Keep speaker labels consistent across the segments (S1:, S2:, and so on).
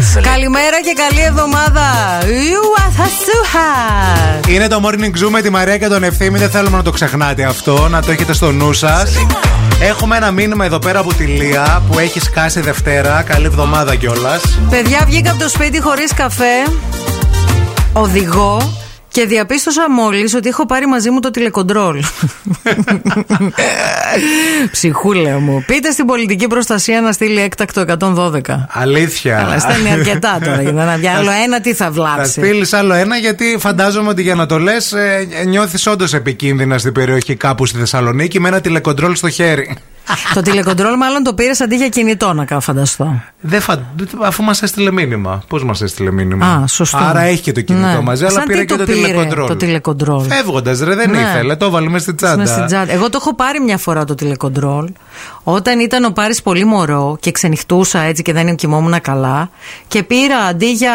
S1: ήθελε.
S2: Καλημέρα και καλή εβδομάδα. Ιουαθασούχα.
S3: Είναι το Morning Zoo με τη Μαρία και τον Ευθύμη. Δεν θέλουμε να το ξεχνάτε αυτό, να το έχετε στο νου σας. Έχουμε ένα μήνυμα εδώ πέρα από τη Λία που έχει σκάσει Δευτέρα. Καλή εβδομάδα κιόλας.
S2: Παιδιά, βγήκα από το σπίτι χωρίς καφέ. Οδηγώ. Και διαπίστωσα μόλις ότι έχω πάρει μαζί μου το τηλεκοντρόλ. Ψυχούλα μου. Πείτε στην πολιτική προστασία να στείλει έκτακτο 112.
S3: Αλήθεια.
S2: Αλλά στέλνει αρκετά τώρα για να βγει. Άλλο ένα τι θα
S3: Θα
S2: βλάψει.
S3: στείλεις άλλο ένα γιατί φαντάζομαι ότι για να το λες, νιώθεις όντως επικίνδυνα στην περιοχή κάπου στη Θεσσαλονίκη με ένα τηλεκοντρόλ στο χέρι.
S2: το τηλεκοντρόλ μάλλον το πήρες αντί για κινητό να κα- φανταστώ.
S3: Δεν φαν- Αφού μας έστειλε μήνυμα. Πώς μας έστειλε μήνυμα.
S2: Α, σωστό.
S3: Άρα έχει και το κινητό
S2: Ναι.
S3: μαζί, αλλά
S2: Σαν
S3: πήρε
S2: τι
S3: και
S2: το
S3: το,
S2: πήρε
S3: τηλεκοντρόλ.
S2: το τηλεκοντρόλ?
S3: Φεύγοντας, ρε, δεν
S2: Ναι.
S3: ήθελε. Το βάλουμε στη
S2: Στην
S3: τσάντα.
S2: τσάντα. Εγώ το έχω πάρει μια φορά το τηλεκοντρόλ. Όταν ήταν ο Πάρης πολύ μωρό και ξενυχτούσα έτσι και δεν κοιμόμουν καλά. Και πήρα αντί για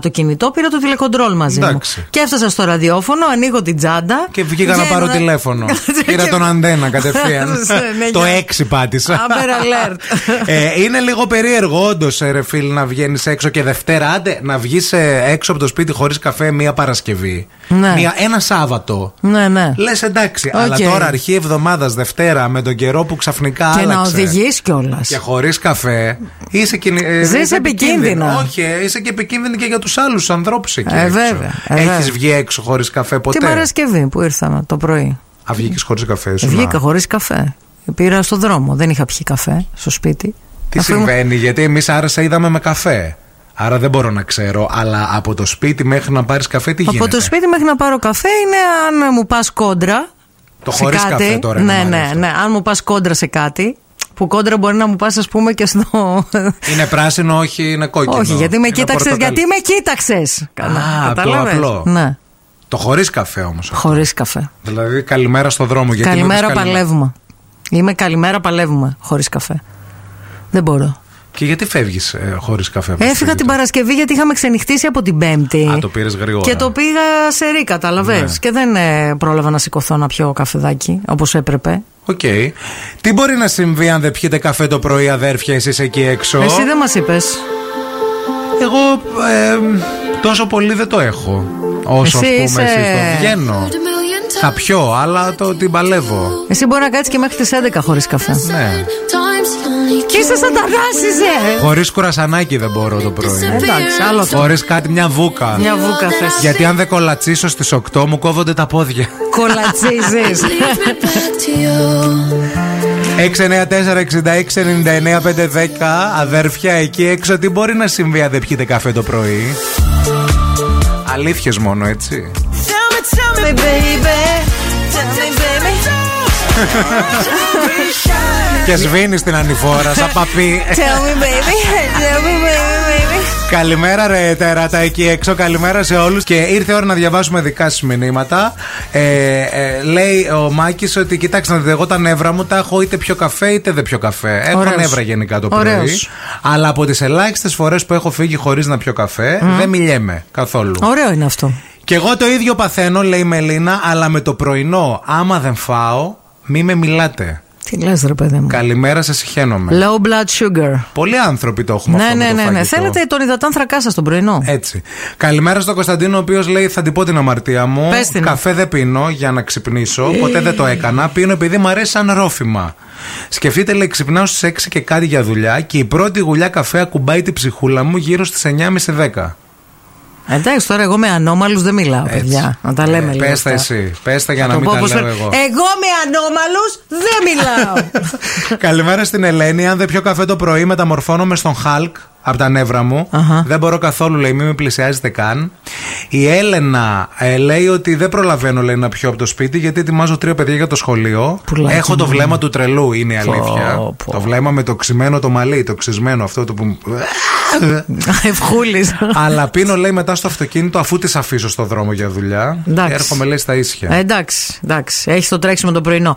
S2: το κινητό, πήρα το τηλεκοντρόλ μαζί
S3: Εντάξει.
S2: μου. Και έφτασα στο ραδιόφωνο, ανοίγω την τσάντα.
S3: Και βγήκα να
S2: βγαίνω,
S3: πάρω
S2: ε,
S3: τηλέφωνο.
S2: κάτσε
S3: Πήρα
S2: και-
S3: τον αντένα κατευθείαν.
S2: Ναι,
S3: το
S2: για-
S3: 6 πάτησα.
S2: Amber alert.
S3: ε, είναι λίγο περίεργο, όντως, ρε φίλ, να βγαίνεις έξω και Δευτέρα. Άντε, να βγεις έξω από το σπίτι χωρίς καφέ μία Παρασκευή.
S2: Ναι.
S3: Μία, ένα Σάββατο.
S2: Ναι, ναι.
S3: Λες εντάξει,
S2: Οκ.
S3: αλλά τώρα αρχή εβδομάδας, Δευτέρα, με τον καιρό που ξαφνικά
S2: Και
S3: άλλαξε.
S2: να οδηγείς κιόλας.
S3: και χωρίς καφέ, είσαι, κινη... ε,
S2: Ζεις
S3: είσαι
S2: επικίνδυνα.
S3: Όχι, ε, είσαι και επικίνδυνη και για τους άλλους ανθρώπους εκεί.
S2: Ε,
S3: έξω.
S2: βέβαια, ε,
S3: Έχεις
S2: βέβαια.
S3: βγει έξω χωρίς καφέ ποτέ.
S2: Την Παρασκευή που ήρθαμε το πρωί.
S3: Α, βγήκες χωρίς καφέ σου.
S2: Βγήκα
S3: να.
S2: χωρίς καφέ. Πήρα στο δρόμο. Δεν είχα πιει καφέ στο σπίτι.
S3: Τι
S2: Αφού ήμουν-
S3: συμβαίνει, γιατί εμείς άρεσα είδαμε με καφέ. Άρα δεν μπορώ να ξέρω, αλλά από το σπίτι μέχρι να πάρεις καφέ τι γίνεται.
S2: Από το σπίτι μέχρι να πάρω καφέ είναι αν μου πας κόντρα.
S3: Το
S2: σε
S3: χωρίς
S2: κάτι.
S3: καφέ τώρα είναι
S2: Ναι,
S3: μάλλον
S2: ναι,
S3: αυτό.
S2: ναι. Αν μου πας κόντρα σε κάτι. Που κόντρα μπορεί να μου πας, ας πούμε, και στο.
S3: Είναι πράσινο, όχι είναι κόκκινο.
S2: Όχι, γιατί με
S3: Είναι
S2: κοίταξες.
S3: πορτοκαλί.
S2: Γιατί με κοίταξες.
S3: Α, απ' το απλό.
S2: Ναι,
S3: Το χωρίς καφέ όμως.
S2: χωρίς καφέ.
S3: Δηλαδή καλημέρα στο δρόμο. Γιατί με πεις
S2: καλημέρα παλεύουμε. Είμαι καλημέρα παλεύουμε χωρίς καφέ. Δεν μπορώ.
S3: Και γιατί φεύγεις ε, χωρίς καφέ. από το
S2: Έφυγα
S3: σπίτι
S2: την
S3: του?
S2: Παρασκευή γιατί είχαμε ξενυχτήσει από την Πέμπτη.
S3: Α, το πήρες γρήγορα.
S2: Και το πήγα σε ρί, καταλαβέ.
S3: Ναι.
S2: Και δεν ε, πρόλαβα να σηκωθώ να πιω καφεδάκι όπως έπρεπε.
S3: Οκ. Τι μπορεί να συμβεί αν δεν πιείτε καφέ το πρωί, αδέρφια, εσείς εκεί έξω.
S2: Εσύ δεν μας είπες.
S3: Εγώ ε, τόσο πολύ δεν το έχω. Όσο
S2: Εσύ
S3: α πούμε,
S2: είσαι-
S3: εσείς το βγαίνω. Θα πιω, αλλά το την παλεύω.
S2: Εσύ μπορεί να κάτσεις και μέχρι τις 11 χωρίς καφέ.
S3: Ναι.
S2: Και είσαι σαν τα δάσιζε!
S3: Χωρίς κουρασανάκι δεν μπορώ το πρωί.
S2: Εντάξει, άλλο αυτό.
S3: Χωρίς κάτι, μια βούκα.
S2: Μια βούκα θες.
S3: Γιατί αν δεν κολατσίσω στις 8 μου κόβονται τα πόδια.
S2: Κολατσίζεις.
S3: 694-6699-510 Αδέρφια εκεί έξω Τι μπορεί να συμβεί αν δεν πιείτε καφέ το πρωί Αλήθειες μόνο έτσι Και σβήνεις την ανηφόρα σαν παπί
S2: Tell me baby, tell me baby, baby.
S3: Καλημέρα ρε τέρατα εκεί έξω Καλημέρα σε όλους Και ήρθε η ώρα να διαβάσουμε δικά σου μηνύματα ε, ε, Λέει ο Μάκης ότι Κοιτάξτε να δείτε εγώ τα νεύρα μου Τα έχω είτε πιο καφέ είτε δεν πιο καφέ Έχω
S2: Ωραίος.
S3: νεύρα γενικά το πρωί
S2: Ωραίος.
S3: Αλλά από τις ελάχιστες φορές που έχω φύγει χωρίς να πιω καφέ Δεν μιλιέμαι καθόλου
S2: Ωραίο είναι αυτό.
S3: Και εγώ το ίδιο παθαίνω, λέει η Μελίνα, αλλά με το πρωινό. Άμα δεν φάω, μη με μιλάτε.
S2: Τι λες, ρε παιδί μου.
S3: Καλημέρα, σα συχαίνομαι.
S2: Low blood sugar.
S3: Πολλοί άνθρωποι το έχουμε
S2: Ναι,
S3: αυτό με
S2: ναι,
S3: το
S2: ναι, ναι.
S3: φαγητό. Ε.
S2: Θέλετε τον υδατάνθρακά σας τον πρωινό.
S3: Έτσι. Καλημέρα στον Κωνσταντίνο, ο οποίος λέει: Θα την πω την αμαρτία μου.
S2: Πες την. Ε.
S3: Καφέ δεν πίνω για να ξυπνήσω. Ποτέ δεν το έκανα. Πίνω επειδή μου αρέσει σαν ρόφημα. Σκεφτείτε, λέει: Ξυπνάω στις 6 και κάτι για δουλειά και η πρώτη γουλιά καφέ ακουμπάει την ψυχούλα μου γύρω στις 9.30-10.
S2: Εντάξει, τώρα εγώ με ανώμαλους δεν μιλάω, παιδιά. Να τα λέμε
S3: Ε,
S2: λίγο.
S3: πες τα
S2: αυτά.
S3: εσύ. Πες τα για να
S2: Το
S3: μην
S2: πω
S3: τα
S2: όπως Ε,
S3: λέω
S2: πρέπει.
S3: εγώ.
S2: Εγώ με ανώμαλους δεν μιλάω.
S3: Καλημέρα στην Ελένη. Αν δεν πιω καφέ το πρωί, μεταμορφώνομαι στον Χαλκ από τα νεύρα μου.
S2: Αχα.
S3: Δεν μπορώ καθόλου, λέει, μην με πλησιάζετε καν. Η Έλενα ε, λέει ότι δεν προλαβαίνω, λέει, να πιω από το σπίτι γιατί ετοιμάζω τρία παιδιά για το σχολείο.
S2: Πουλάκι
S3: Έχω το
S2: μου.
S3: βλέμμα του τρελού, είναι η αλήθεια.
S2: Πω, πω.
S3: Το βλέμμα με το ξημένο το μαλλί, το ξυσμένο αυτό το που.
S2: Ευχούλης.
S3: Αλλά πίνω, λέει, μετά στο αυτοκίνητο αφού τι αφήσω στο δρόμο για δουλειά.
S2: Εντάξει. Ε,
S3: Έρχομαι, λέει, στα ίσια.
S2: Εντάξει, εντάξει. Έχεις το τρέξιμο το πρωινό.